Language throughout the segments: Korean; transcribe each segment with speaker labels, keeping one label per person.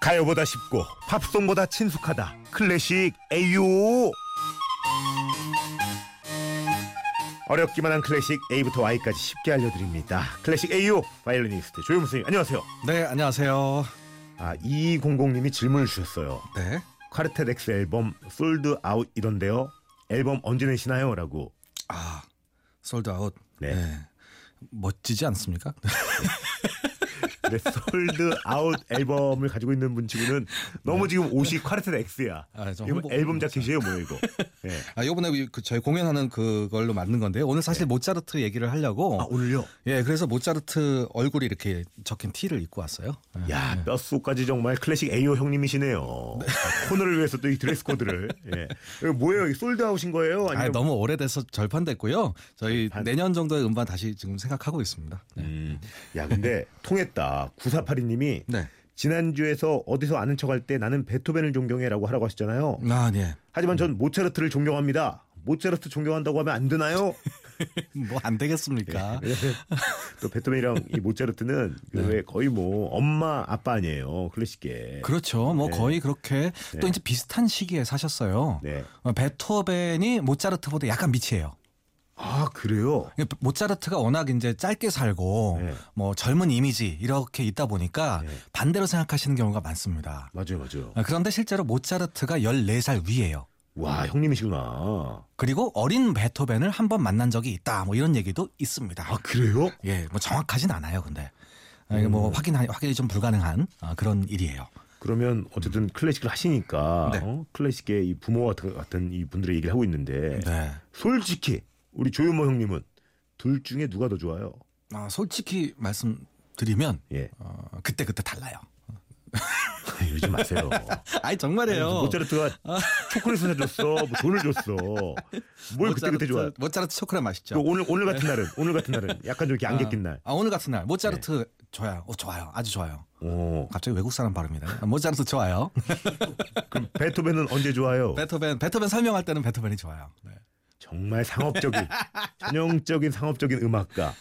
Speaker 1: 가요보다 쉽고 팝송보다 친숙하다 클래식 에이오 어렵기만 한 클래식 A부터 Y까지 쉽게 알려드립니다 클래식 에이오 바이올리니스트 조용무 선생님 안녕하세요
Speaker 2: 네, 안녕하세요.
Speaker 1: 아 2200님이 질문을 주셨어요
Speaker 2: 네.
Speaker 1: 카르텟 엑스 앨범 솔드 아웃 이던데요 앨범 언제 내시나요? 라고
Speaker 2: 아, 솔드아웃.
Speaker 1: 네.
Speaker 2: 멋지지 않습니까?
Speaker 1: 근데 솔드 아웃 앨범을 가지고 있는 분 치고는 너무 지금 옷이 카르텟 엑스야
Speaker 2: 아, 좀
Speaker 1: 이거
Speaker 2: 홍보-
Speaker 1: 앨범 자켓이에요 뭐예요 이거 예.
Speaker 2: 아, 요번에 이- 그 저희 공연하는 그걸로 만든 건데요. 오늘 사실 모차르트 얘기를 하려고.
Speaker 1: 네. 아 오늘요?
Speaker 2: 예, 그래서 모차르트 얼굴이 이렇게 적힌 티를 입고 왔어요. 예.
Speaker 1: 야, 뼛속까지 정말 클래식 에이오 형님이시네요. 아, 코너를 위해서 또 이 드레스 코드를. 예. 이거 뭐예요? 이거 솔드아웃인 거예요?
Speaker 2: 아,
Speaker 1: 아니면
Speaker 2: 너무 오래돼서 절판됐고요. 저희 내년 정도의 음반 다시 지금 생각하고 있습니다. 네.
Speaker 1: 음. 야, 근데 통했다. 9482님이
Speaker 2: 네.
Speaker 1: 지난주에서 어디서 아는 척 할 때 나는 베토벤을 존경해라고 하라고 하셨잖아요.
Speaker 2: 아, 네.
Speaker 1: 하지만 전 모차르트를 존경합니다. 모차르트 존경한다고 하면 안 되나요?
Speaker 2: 뭐 안 되겠습니까?
Speaker 1: 왜냐면 또 베토벤이랑 이 모차르트는 그왜 거의 뭐 엄마 아빠 아니에요 클래식계.
Speaker 2: 그렇죠. 뭐 거의 그렇게 또 이제 비슷한 시기에 사셨어요.
Speaker 1: 네.
Speaker 2: 어, 베토벤이 모차르트보다 약간 밑이에요.
Speaker 1: 아 그래요.
Speaker 2: 모차르트가 워낙 이제 짧게 살고
Speaker 1: 네.
Speaker 2: 뭐 젊은 이미지 이렇게 있다 보니까 반대로 생각하시는 경우가 많습니다.
Speaker 1: 맞아요, 맞아요.
Speaker 2: 아, 그런데 실제로 모차르트가 14살 위예요.
Speaker 1: 와 형님이시구나.
Speaker 2: 그리고 어린 베토벤을 한 번 만난 적이 있다. 뭐 이런 얘기도 있습니다.
Speaker 1: 아 그래요?
Speaker 2: 예, 뭐 정확하진 않아요. 근데 아, 이게
Speaker 1: 음.
Speaker 2: 뭐 확인 확인이 좀 불가능한 아, 그런 일이에요.
Speaker 1: 그러면 어쨌든 클래식을 하시니까
Speaker 2: 네.
Speaker 1: 어? 클래식의 이 부모 같은, 같은 이 분들의 얘기를 하고 있는데
Speaker 2: 네.
Speaker 1: 솔직히 우리 조윤모 형님은 둘 중에 누가 더 좋아요?
Speaker 2: 아, 솔직히 말씀드리면
Speaker 1: 예
Speaker 2: 어, 그때 그때 달라요.
Speaker 1: 이러지 마세요.
Speaker 2: 아니 정말이에요.
Speaker 1: 모차르트가
Speaker 2: 아.
Speaker 1: 초콜릿을 사줬어, 뭐 돈을 줬어. 뭘 그때 그때 좋아요?
Speaker 2: 모차르트 초콜릿
Speaker 1: 또
Speaker 2: 맛있죠.
Speaker 1: 오늘 오늘 같은 날은 오늘 같은 날은 약간 좀 이렇게 안개 낀 날.
Speaker 2: 아 오늘 같은 날 모차르트
Speaker 1: 네.
Speaker 2: 좋아요. 어, 좋아요. 아주 좋아요.
Speaker 1: 오
Speaker 2: 갑자기 외국 사람 발음이다. 아, 모차르트 좋아요.
Speaker 1: 그럼 베토벤은 언제 좋아요?
Speaker 2: 베토벤 베토벤 설명할 때는 베토벤이 좋아요. 네.
Speaker 1: 정말 상업적인 전형적인 상업적인 음악가.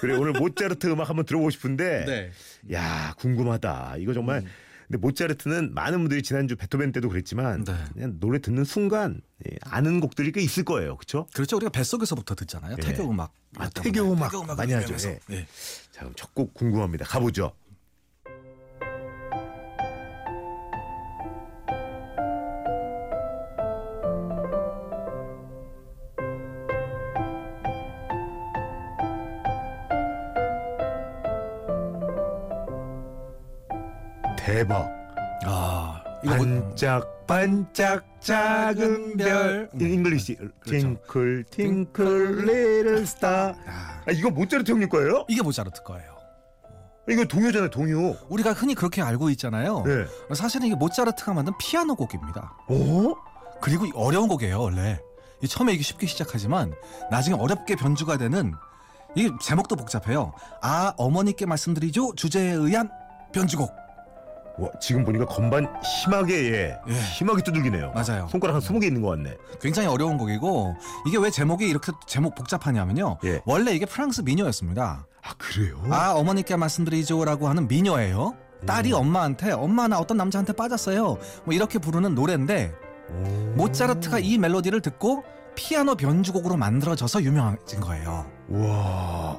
Speaker 1: 그래 오늘 모차르트 음악 한번 들어보고 싶은데
Speaker 2: 아. 네.
Speaker 1: 야 궁금하다. 이거 정말 근데 모차르트는 많은 분들이 지난주 베토벤 때도 그랬지만
Speaker 2: 네.
Speaker 1: 그냥 노래 듣는 순간 예, 아는 곡들이 꽤 있을 거예요. 그렇죠?
Speaker 2: 그렇죠. 우리가 뱃속에서부터 듣잖아요.
Speaker 1: 예.
Speaker 2: 태교 음악. 네,
Speaker 1: 아, 태교 음악 많이 하죠.
Speaker 2: 유명해서.
Speaker 1: 예.
Speaker 2: 예.
Speaker 1: 자 그럼 첫 곡 궁금합니다. 가보죠. 대박.
Speaker 2: 아, 이거 뭐-
Speaker 1: 반짝 반짝 작은 별
Speaker 2: 네.
Speaker 1: 잉글리시
Speaker 2: 그렇죠.
Speaker 1: 팅클 팅클 리틀 스타
Speaker 2: 아,
Speaker 1: 아 이거 모차르트 형님 거예요?
Speaker 2: 이게 모차르트 거예요.
Speaker 1: 이거 동요잖아요 동요
Speaker 2: 우리가 흔히 그렇게 알고 있잖아요.
Speaker 1: 네.
Speaker 2: 사실은 이게 모차르트가 만든 피아노 곡입니다.
Speaker 1: 어?
Speaker 2: 그리고 이 어려운 곡이에요 원래 이 처음에 이게 쉽게 시작하지만 나중에 어렵게 변주가 되는 이게 제목도 복잡해요 아 어머니께 말씀드리죠 주제에 의한 변주곡
Speaker 1: 와, 지금 보니까 건반 심하게 예,
Speaker 2: 예.
Speaker 1: 심하게 두들기네요 음.
Speaker 2: 맞아요.
Speaker 1: 손가락 한 20개 있는 것 같네
Speaker 2: 굉장히 어려운 곡이고 이게 왜 제목이 이렇게 제목 복잡하냐면요
Speaker 1: 예.
Speaker 2: 원래 이게 프랑스 미녀였습니다
Speaker 1: 아 그래요?
Speaker 2: 아 어머니께 말씀드리죠라고 하는 미녀예요 딸이 엄마한테 엄마 나 어떤 남자한테 빠졌어요 뭐 이렇게 부르는 노래인데
Speaker 1: 오.
Speaker 2: 모차르트가 이 멜로디를 듣고 피아노 변주곡으로 만들어져서 유명해진 거예요
Speaker 1: 와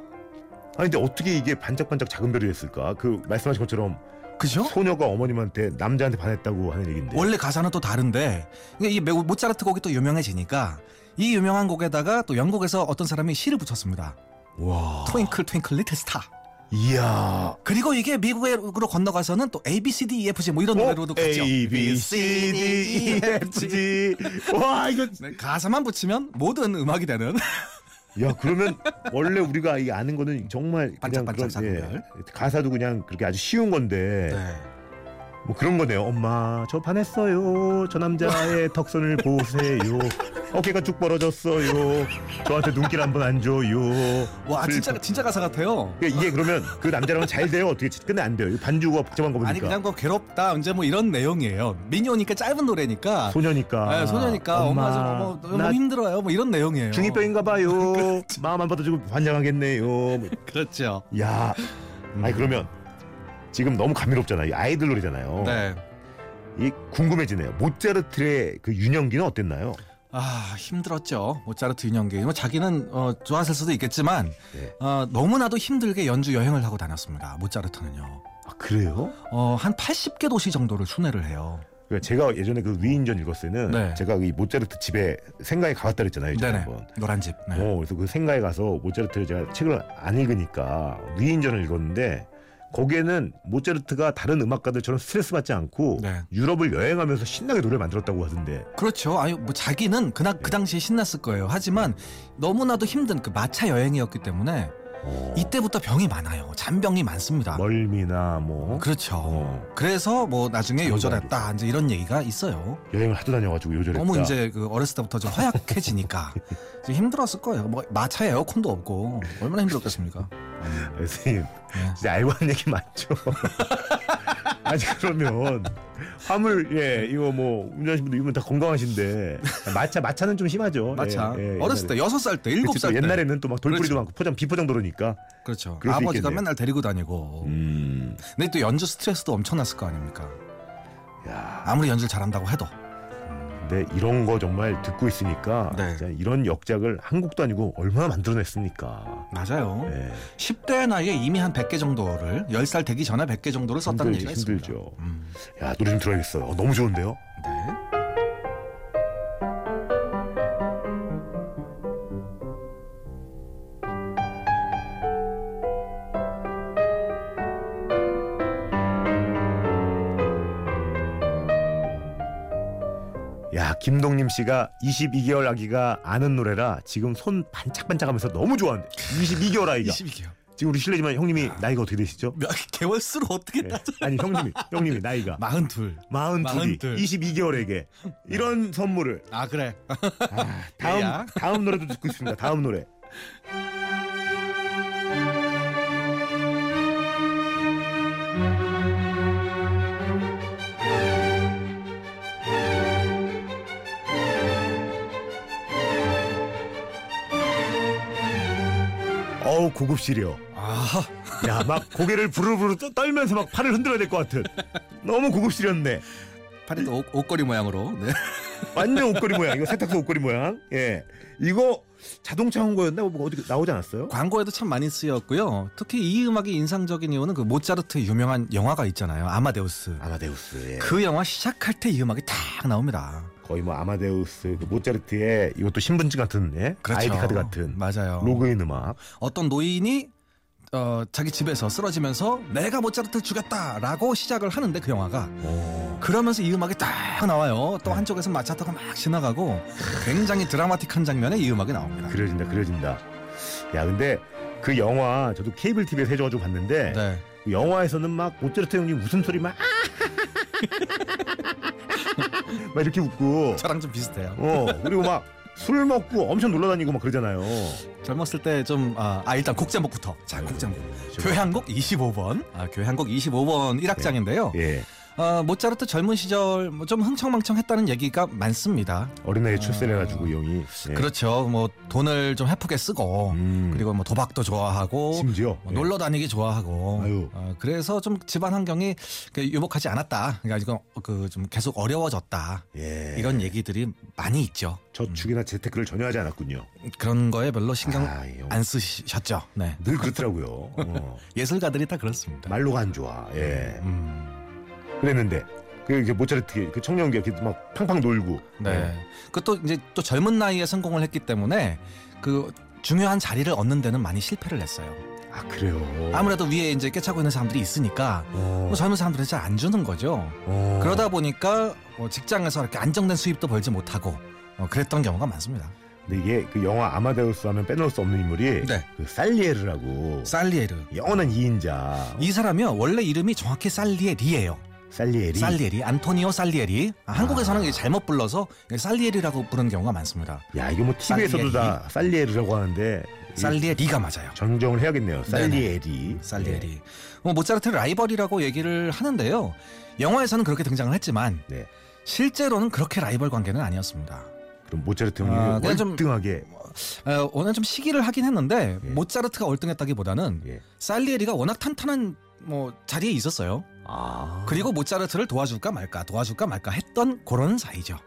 Speaker 1: 아니 근데 어떻게 이게 반짝반짝 작은 별이 됐을까 그 말씀하신 것처럼
Speaker 2: 그죠?
Speaker 1: 소녀가 어머님한테 남자한테 반했다고 하는 얘긴데
Speaker 2: 원래 가사는 또 다른데 이게 이 매우 모차르트 곡이 또 유명해지니까 이 유명한 곡에다가 또 영국에서 어떤 사람이 시를 붙였습니다.
Speaker 1: 와
Speaker 2: 트윙클 트윙클 리틀 스타.
Speaker 1: 이야
Speaker 2: 그리고 이게 미국으로 건너가서는 또 A B C D E F G 뭐 이런 노래로도 갔죠.
Speaker 1: 어? A B C D E F G 와 이거
Speaker 2: 네, 가사만 붙이면 모든 음악이 되는
Speaker 1: 야 그러면 원래 우리가 이 아는 거는 정말 그냥
Speaker 2: 반짝반짝
Speaker 1: 그런, 예,
Speaker 2: 작은
Speaker 1: 가사도 그냥 그렇게 아주 쉬운 건데
Speaker 2: 네.
Speaker 1: 뭐 그런 거네요 엄마 저 반했어요 저 남자의 턱선을 보세요 어깨가 쭉 벌어졌어요 저한테 눈길 한 번 안 줘요
Speaker 2: 와
Speaker 1: 슬퍼.
Speaker 2: 진짜 진짜 가사 같아요.
Speaker 1: 그러니까 이게 그러면 그 남자랑은 잘 돼요 어떻게 근데 안 돼요 이 반주가 복잡한 거 보니까
Speaker 2: 아니 그냥 뭐 괴롭다 이제 뭐 이런 내용이에요. 미녀니까 짧은 노래니까.
Speaker 1: 소녀니까
Speaker 2: 네, 소녀니까 엄마, 좀 너무,
Speaker 1: 아, 나
Speaker 2: 너무 힘들어요. 뭐 이런 내용이에요.
Speaker 1: 중이병인가 봐요. 마음 안 봐도 지금 환장하겠네요. 뭐,
Speaker 2: 그렇죠. 음.
Speaker 1: 야, 아니 그러면 지금 너무 감미롭잖아요. 이 아이들 노래잖아요.
Speaker 2: 네.
Speaker 1: 이 궁금해지네요. 모차르트의 그 유년기는 어땠나요?
Speaker 2: 아 힘들었죠 모차르트 인형계 뭐 자기는 어, 좋았을 수도 있겠지만
Speaker 1: 네.
Speaker 2: 어, 너무나도 힘들게 연주 여행을 하고 다녔습니다 모차르트는요
Speaker 1: 아, 그래요?
Speaker 2: 어, 한 80개 도시 정도를 순회를 해요
Speaker 1: 그러니까 제가 예전에 그 위인전 읽었을 때는
Speaker 2: 네.
Speaker 1: 제가 이 모차르트 집에 생가에 가봤다 그랬잖아요. 예전에
Speaker 2: 네네
Speaker 1: 한번.
Speaker 2: 노란집 네.
Speaker 1: 어, 그래서 그 생가에 가서 모차르트를 제가 책을 안 읽으니까 위인전을 읽었는데 거기에는 모차르트가 다른 음악가들처럼 스트레스 받지 않고
Speaker 2: 네.
Speaker 1: 유럽을 여행하면서 신나게 노래 를 만들었다고 하던데
Speaker 2: 그렇죠. 아니 뭐 자기는 그날
Speaker 1: 네.
Speaker 2: 그 당시에 신났을 거예요. 하지만 너무나도 힘든 그 마차 여행이었기 때문에 이때부터 병이 많아요. 잔병이 많습니다.
Speaker 1: 멀미나 뭐
Speaker 2: 그렇죠.
Speaker 1: 어.
Speaker 2: 그래서 뭐 나중에
Speaker 1: 잔병이
Speaker 2: 요절했다 이제 이런 얘기가 있어요.
Speaker 1: 여행을 하도 다녀가지고 요절했다.
Speaker 2: 너무 이제 그 어렸을 때부터 좀 허약해지니까 이제 힘들었을 거예요. 뭐 마차에 에어컨도 없고 얼마나 힘들었겠습니까?
Speaker 1: 선생님
Speaker 2: 네.
Speaker 1: 진짜 알고 한 얘기 맞죠? 아니 그러면 화물 예 이거 뭐 운전하시는 분들 이분 다 건강하신데 마차 마차는 좀 심하죠.
Speaker 2: 마차
Speaker 1: 예, 예,
Speaker 2: 어렸을 때 여섯 살 때 일곱
Speaker 1: 그치, 또
Speaker 2: 살 때
Speaker 1: 옛날에는 또 막 돌뿌리도
Speaker 2: 그렇죠.
Speaker 1: 많고 포장 비포장 도로니까.
Speaker 2: 그렇죠.
Speaker 1: 그럴 수
Speaker 2: 아버지가
Speaker 1: 있겠네요.
Speaker 2: 맨날 데리고 다니고
Speaker 1: 음.
Speaker 2: 근데 또 연주 스트레스도 엄청났을 거 아닙니까?
Speaker 1: 음. 야.
Speaker 2: 아무리 연주를 잘한다고 해도
Speaker 1: 근데 이런 거 정말 듣고 있으니까
Speaker 2: 네.
Speaker 1: 진짜 이런 역작을 한국도 아니고 얼마나 만들어냈습니까.
Speaker 2: 맞아요.
Speaker 1: 네.
Speaker 2: 10대 나이에 이미 한 100개 정도를 10살 되기 전에 100개 정도를 썼다는
Speaker 1: 힘들지,
Speaker 2: 얘기가 있습니다.
Speaker 1: 힘들죠.
Speaker 2: 음,
Speaker 1: 야 노래 좀 들어야겠어요. 어, 너무 좋은데요.
Speaker 2: 네.
Speaker 1: 야 김동림 씨가 22개월 아기가 아는 노래라 지금 손 반짝반짝하면서 너무 좋아한대. 22개월 아이가
Speaker 2: 22개요.
Speaker 1: 지금 우리 실례지만 형님이 나이가 어떻게 되시죠?
Speaker 2: 몇 개월 수로 어떻게
Speaker 1: 예.
Speaker 2: 나
Speaker 1: 아니 형님이 형님이 나이가
Speaker 2: 42.
Speaker 1: 마흔둘이
Speaker 2: 마흔둘.
Speaker 1: 22개월에게 이런 선물을
Speaker 2: 아 그래.
Speaker 1: 아, 다음
Speaker 2: 야.
Speaker 1: 다음 노래도 듣고 있습니다. 다음 노래. 어우 고급시려.
Speaker 2: 아
Speaker 1: 야 막 고개를 부르르 떠- 떨면서 막 팔을 흔들어야 될 것 같은. 너무 고급시렸네.
Speaker 2: 팔이 또 옷, 옷걸이 모양으로. 네.
Speaker 1: 완전 옷걸이 모양. 이거 세탁소 옷걸이 모양. 예. 이거 자동차 홍보였나? 뭐 어디 나오지 않았어요?
Speaker 2: 광고에도 참 많이 쓰였고요. 특히 이 음악이 인상적인 이유는 그 모차르트의 유명한 영화가 있잖아요. 아마데우스.
Speaker 1: 아마데우스. 예.
Speaker 2: 그 영화 시작할 때 이 음악이 딱 나옵니다.
Speaker 1: 거의 뭐 아마데우스, 그 모차르트의 이것도 신분증 같은 예?
Speaker 2: 그렇죠.
Speaker 1: 아이디 카드 같은
Speaker 2: 맞아요.
Speaker 1: 로그인 음악.
Speaker 2: 어떤 노인이 어, 자기 집에서 쓰러지면서 내가 모차르트를 죽였다라고 시작을 하는데 그 영화가 그러면서 이 음악이 딱 나와요.
Speaker 1: 네.
Speaker 2: 또 한쪽에서 마차 타고 막 지나가고 굉장히 드라마틱한 장면에 이 음악이 나옵니다.
Speaker 1: 그려진다, 그려진다. 야, 근데 그 영화 저도 케이블 TV에서 해줘가지고 봤는데
Speaker 2: 네.
Speaker 1: 그 영화에서는 막 모차르트 형님 웃음소리 막, 막 이렇게 웃고
Speaker 2: 저랑 좀 비슷해요.
Speaker 1: 어 그리고 막 술 먹고 엄청 놀러 다니고 막 그러잖아요.
Speaker 2: 젊었을 때 좀 아 일단 곡 제목부터. 자, 곡 제목. 교향곡 25번. 아, 교향곡 25번 1악장인데요.
Speaker 1: 예.
Speaker 2: 어, 모차르트 젊은 시절 뭐좀 흥청망청했다는 얘기가 많습니다.
Speaker 1: 어린아이
Speaker 2: 아.
Speaker 1: 출세해가지고 이 형이 예.
Speaker 2: 그렇죠. 뭐 돈을 좀 헤프게 쓰고
Speaker 1: 음.
Speaker 2: 그리고 뭐 도박도 좋아하고
Speaker 1: 심지어
Speaker 2: 뭐
Speaker 1: 예.
Speaker 2: 놀러 다니기 좋아하고
Speaker 1: 아유.
Speaker 2: 어, 그래서 좀 집안 환경이 그 유복하지 않았다. 그러니까 그좀 계속 어려워졌다.
Speaker 1: 예.
Speaker 2: 이런 얘기들이 많이 있죠.
Speaker 1: 저축이나 재테크를 전혀 하지 않았군요.
Speaker 2: 그런 거에 별로 신경
Speaker 1: 아, 이 형.
Speaker 2: 안 쓰셨죠. 네.
Speaker 1: 늘 그렇더라고요. 어.
Speaker 2: 예술가들이 다 그렇습니다.
Speaker 1: 말로가 안 좋아. 예.
Speaker 2: 음,
Speaker 1: 그랬는데 그 이렇게 모차르트 그 청년기 이렇게 막 팡팡 놀고.
Speaker 2: 네. 그것도 이제 또 젊은 나이에 성공을 했기 때문에 그 중요한 자리를 얻는 데는 많이 실패를 했어요.
Speaker 1: 예. 아 그래요.
Speaker 2: 아무래도 위에 이제 깨차고 있는 사람들이 있으니까
Speaker 1: 어.
Speaker 2: 뭐 젊은 사람들은 잘 안 주는 거죠.
Speaker 1: 어.
Speaker 2: 그러다 보니까 뭐 직장에서 이렇게 안정된 수입도 벌지 못하고 어, 그랬던 경우가 많습니다.
Speaker 1: 근데 이게 그 영화 아마데우스 하면 빼놓을 수 없는 인물이
Speaker 2: 네.
Speaker 1: 그 살리에르라고
Speaker 2: 살리에르.
Speaker 1: 영원한 이인자
Speaker 2: 이 사람이요 원래 이름이 정확히 살리에리예요.
Speaker 1: 살리에리.
Speaker 2: 살리에리, 안토니오 살리에리. 아, 한국에서는 이게 잘못 불러서 살리에리라고 부르는 경우가 많습니다.
Speaker 1: 야 이거 뭐 TV에서도
Speaker 2: 살리에리.
Speaker 1: 다 살리에르라고 하는데 이게
Speaker 2: 살리에리가 맞아요.
Speaker 1: 정정을 해야겠네요. 살리에리. 예.
Speaker 2: 살리에리. 뭐 모차르트 라이벌이라고 얘기를 하는데요. 영화에서는 그렇게 등장을 했지만
Speaker 1: 네.
Speaker 2: 실제로는 그렇게 라이벌 관계는 아니었습니다.
Speaker 1: 그럼 모차르트
Speaker 2: 아,
Speaker 1: 형님이
Speaker 2: 그냥 좀-
Speaker 1: 월등하게
Speaker 2: 어, 오늘 좀 시기를 하긴 했는데
Speaker 1: 예.
Speaker 2: 모차르트가 월등했다기보다는
Speaker 1: 예.
Speaker 2: 살리에리가 워낙 탄탄한 뭐 자리에 있었어요.
Speaker 1: 아.
Speaker 2: 그리고 모차르트를 도와줄까 말까 도와줄까 말까 했던 그런 사이죠.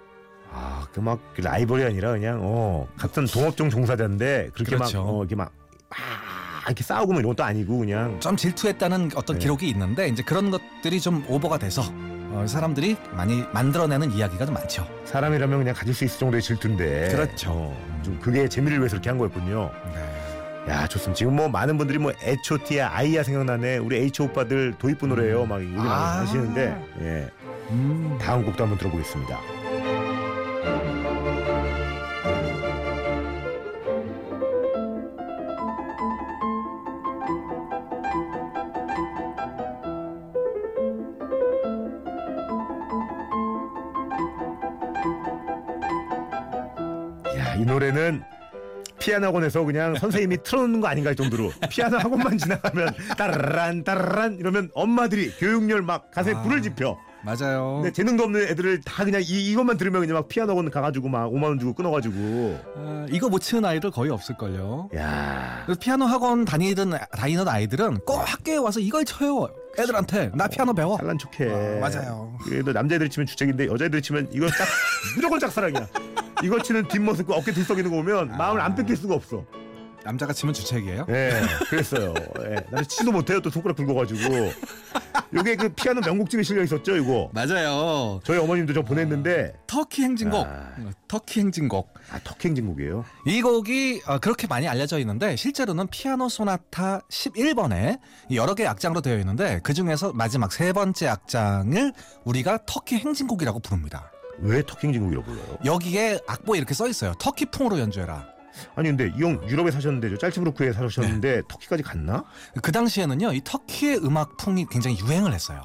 Speaker 1: 아, 그 막 라이벌이 아니라 그냥 어 같은 동업종 종사자인데 그렇게
Speaker 2: 그렇죠.
Speaker 1: 막 어, 이렇게 막, 막 이렇게 싸우고 뭐 이런 것도 아니고 그냥
Speaker 2: 좀 질투했다는 어떤
Speaker 1: 네.
Speaker 2: 기록이 있는데 이제 그런 것들이 좀 오버가 돼서 어, 사람들이 많이 만들어내는 이야기가 좀 많죠.
Speaker 1: 사람이라면 그냥 가질 수 있을 정도의 질투인데
Speaker 2: 그렇죠.
Speaker 1: 어, 좀 그게 재미를 위해서 그렇게 한 거였군요.
Speaker 2: 네.
Speaker 1: 야 좋습니다. 지금 뭐 많은 분들이 뭐 H.O.T.야 아이야 생각나네 우리 H 오빠들 도입부 노래예요 막 얘기 많이
Speaker 2: 아.
Speaker 1: 하시는데 예
Speaker 2: 음.
Speaker 1: 다음 곡도 한번 들어보겠습니다. 야 이 노래는 피아노 학원에서 그냥 선생님이 틀어놓는 거 아닌가 할 정도로 피아노 학원만 지나가면 따라란 따라란 이러면 엄마들이 교육열 막 가슴에
Speaker 2: 아.
Speaker 1: 불을 지펴
Speaker 2: 맞아요.
Speaker 1: 근데 재능도 없는 애들을 다 그냥 이, 이것만 들으면 그냥 막 피아노 학원 가가지고 막 5만 원 주고 끊어가지고
Speaker 2: 아, 이거 못 치는 아이들 거의 없을걸요.
Speaker 1: 야
Speaker 2: 그래서 피아노 학원 다니던 다니는 아이들은 꼭 학교에 와서 이걸 쳐요. 애들한테 나 피아노 배워.
Speaker 1: 잘난 척해
Speaker 2: 아, 맞아요.
Speaker 1: 그래도 남자애들 치면 주책인데 여자애들 치면 이거 딱 무조건 짝사랑이야 아. 이거 치는 뒷모습과 어깨 들썩이는 거 보면 마음을 안 뺏길 수가 없어
Speaker 2: 남자가 치면 주책이에요.
Speaker 1: 예 그랬어요 예 나는 치도 못해요 또 손가락 긁어가지고 요게 그 피아노 명곡집에 실려 있었죠 이거
Speaker 2: 맞아요.
Speaker 1: 저희 어머님도 저 보냈는데
Speaker 2: 터키 행진곡.
Speaker 1: 아.
Speaker 2: 터키 행진곡.
Speaker 1: 아 턱행진곡이에요
Speaker 2: 이 곡이 어, 그렇게 많이 알려져 있는데 실제로는 피아노 소나타 11번에 여러 개 악장으로 되어 있는데 그 중에서 마지막 세 번째 악장을 우리가 터키 행진곡이라고 부릅니다.
Speaker 1: 왜 턱행진곡이라고 불러요
Speaker 2: 여기에 악보에 이렇게 써 있어요. 터키풍으로 연주해라.
Speaker 1: 아니 근데 이 형 유럽에 사셨는데 저 짤츠부르크에 사셨는데 터키까지 갔나?
Speaker 2: 그 당시에는요, 이 터키의 음악풍이 굉장히 유행을 했어요.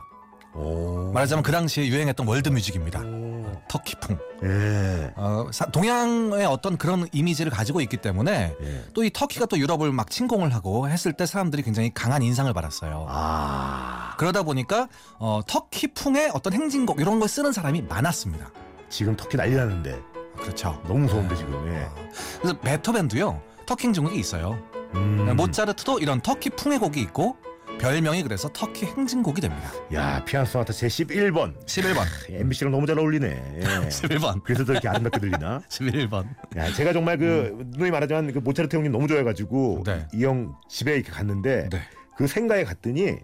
Speaker 1: 오.
Speaker 2: 말하자면 그 당시에 유행했던 월드뮤직입니다.
Speaker 1: 오.
Speaker 2: 터키풍.
Speaker 1: 예.
Speaker 2: 어, 사- 동양의 어떤 그런 이미지를 가지고 있기 때문에
Speaker 1: 예.
Speaker 2: 또 이 터키가 또 유럽을 막 침공을 하고 했을 때 사람들이 굉장히 강한 인상을 받았어요.
Speaker 1: 아.
Speaker 2: 그러다 보니까 어, 터키풍의 어떤 행진곡 이런 걸 쓰는 사람이 많았습니다.
Speaker 1: 지금 터키 난리 나는데
Speaker 2: 그렇죠.
Speaker 1: 너무 무서운데 지금. 예.
Speaker 2: 어, 그래서 베토벤도요 터키 행진곡이 있어요.
Speaker 1: 음.
Speaker 2: 뭐 모차르트도 이런 터키풍의 곡이 있고 별명이 그래서 터키 행진곡이 됩니다.
Speaker 1: 야 피아노 소나타 제 11번.
Speaker 2: 11번,
Speaker 1: MBC랑 너무 잘 어울리네. 예.
Speaker 2: 11번,
Speaker 1: 그래서 더 이렇게 아름답게 들리나?
Speaker 2: 11번.
Speaker 1: 야, 제가 정말 그 누이 말하자면 그 모차르트 형님 너무 좋아해가지고
Speaker 2: 음. 네.
Speaker 1: 이 형 집에 이렇게 갔는데
Speaker 2: 네,
Speaker 1: 그 생가에 갔더니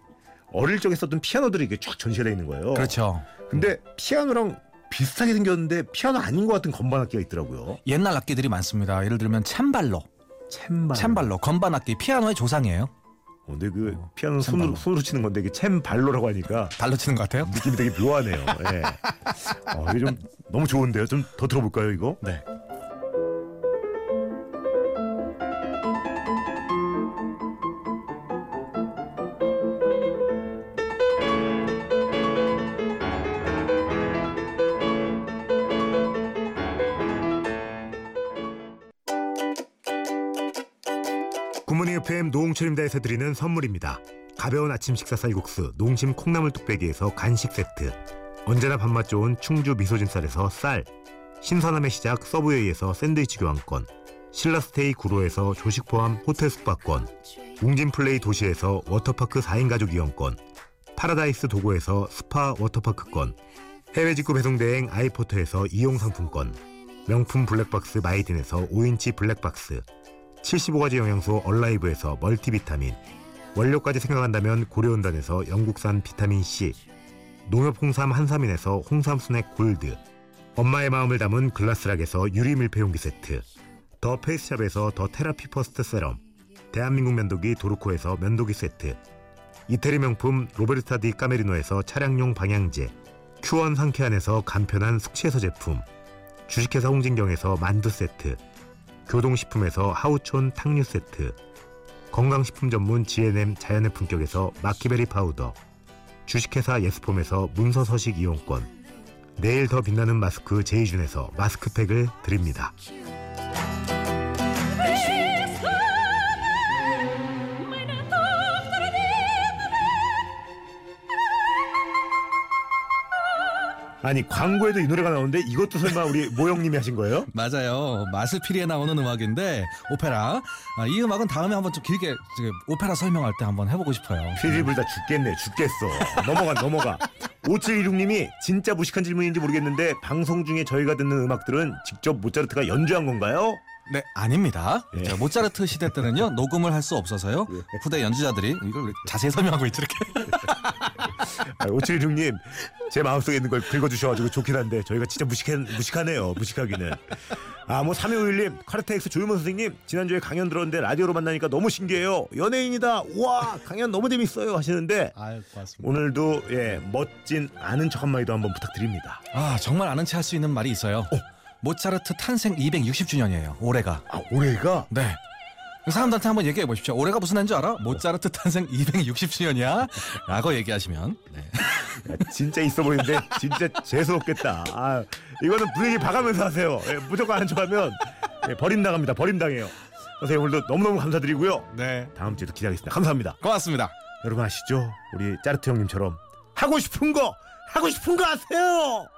Speaker 1: 어릴 적에 썼던 피아노들이 이렇게 쫙 전시되어 있는 거예요.
Speaker 2: 그렇죠.
Speaker 1: 근데 피아노랑 비슷하게 생겼는데 피아노 아닌 것 같은 건반 악기가 있더라고요.
Speaker 2: 옛날 악기들이 많습니다. 예를 들면 챔발로,
Speaker 1: 챔발.
Speaker 2: 챔발로, 건반 악기, 피아노의 조상이에요.
Speaker 1: 어, 근데 그
Speaker 2: 어,
Speaker 1: 피아노 는 손으로
Speaker 2: 챔발로.
Speaker 1: 손으로 치는 건데 이게 챔발로라고 하니까
Speaker 2: 발로 치는 것 같아요?
Speaker 1: 느낌이 되게 묘하네요. 예. 어, 이게 좀 너무 좋은데요. 좀 더 들어볼까요, 이거?
Speaker 2: 네.
Speaker 1: 굿모닝 FM 노홍철입니다에서 드리는 선물입니다. 가벼운 아침 식사 쌀국수 농심 콩나물 뚝배기에서 간식 세트 언제나 밥맛 좋은 충주 미소진 쌀에서 쌀 신선함의 시작 서브웨이에서 샌드위치 교환권 신라스테이 구로에서 조식 포함 호텔 숙박권 웅진플레이 도시에서 워터파크 4인 가족 이용권 파라다이스 도고에서 스파 워터파크권 해외 직구 배송대행 아이포터에서 이용 상품권 명품 블랙박스 마이딘에서 5인치 블랙박스 75가지 영양소 얼라이브에서 멀티비타민 원료까지 생각한다면 고려온단에서 영국산 비타민C 농협 홍삼 한삼인에서 홍삼 스낵 골드 엄마의 마음을 담은 글라스락에서 유리 밀폐용기 세트 더 페이스샵에서 더 테라피 퍼스트 세럼 대한민국 면도기 도르코에서 면도기 세트 이태리 명품 로베르타 디 까메리노에서 차량용 방향제 큐원 상쾌한에서 간편한 숙취해소 제품 주식회사 홍진경에서 만두 세트 교동식품에서 하우촌 탕류 세트, 건강식품 전문 GNM 자연의 품격에서 마키베리 파우더, 주식회사 예스폼에서 문서 서식 이용권, 내일 더 빛나는 마스크 제이준에서 마스크팩을 드립니다. 아니 광고에도 이 노래가 나오는데 이것도 설마 우리 모형님이 하신 거예요?
Speaker 2: 맞아요. 마슬피리에 나오는 음악인데 오페라. 아, 이 음악은 다음에 한번 좀 길게 지금 오페라 설명할 때 한번 해보고 싶어요.
Speaker 1: 피리불 다 죽겠네 죽겠어 넘어가 넘어가 5716님이 진짜 무식한 질문인지 모르겠는데 방송 중에 저희가 듣는 음악들은 직접 모차르트가 연주한 건가요?
Speaker 2: 네, 아닙니다.
Speaker 1: 예.
Speaker 2: 자, 모차르트 시대 때는요 녹음을 할 수 없어서요 후대 연주자들이 이걸 왜 자세히 설명하고 있지 이렇게.
Speaker 1: 아, 5716님 제 마음속에 있는 걸 긁어주셔가지고 좋긴 한데 저희가 진짜 무식한, 무식하네요 무식하기는 아뭐 3251님 카르테엑스 조유문 선생님 지난주에 강연 들었는데 라디오로 만나니까 너무 신기해요 연예인이다 우와 강연 너무 재밌어요 하시는데
Speaker 2: 아유 고맙습니다.
Speaker 1: 오늘도 예 멋진 아는 척 한마디도 한번 부탁드립니다
Speaker 2: 아 정말 아는 체 할 수 있는 말이 있어요. 모차르트 탄생 260주년이에요. 올해가.
Speaker 1: 아 올해가
Speaker 2: 네. 사람들한테 한번 얘기해 보십시오. 올해가 무슨 해인 줄 알아? 모차르트 탄생 260주년이야. 라고 얘기하시면. 네.
Speaker 1: 야, 진짜 있어 보이는데 진짜 재수 없겠다. 아, 이거는 분위기 봐가면서 하세요. 예, 무조건 안 좋아하면 예, 버림 나갑니다. 버림 당해요. 선생님 오늘도 너무너무 감사드리고요.
Speaker 2: 네.
Speaker 1: 다음 주에도 기대하겠습니다. 감사합니다.
Speaker 2: 고맙습니다.
Speaker 1: 여러분 아시죠? 우리 짜르트 형님처럼 하고 싶은 거 하고 싶은 거 하세요.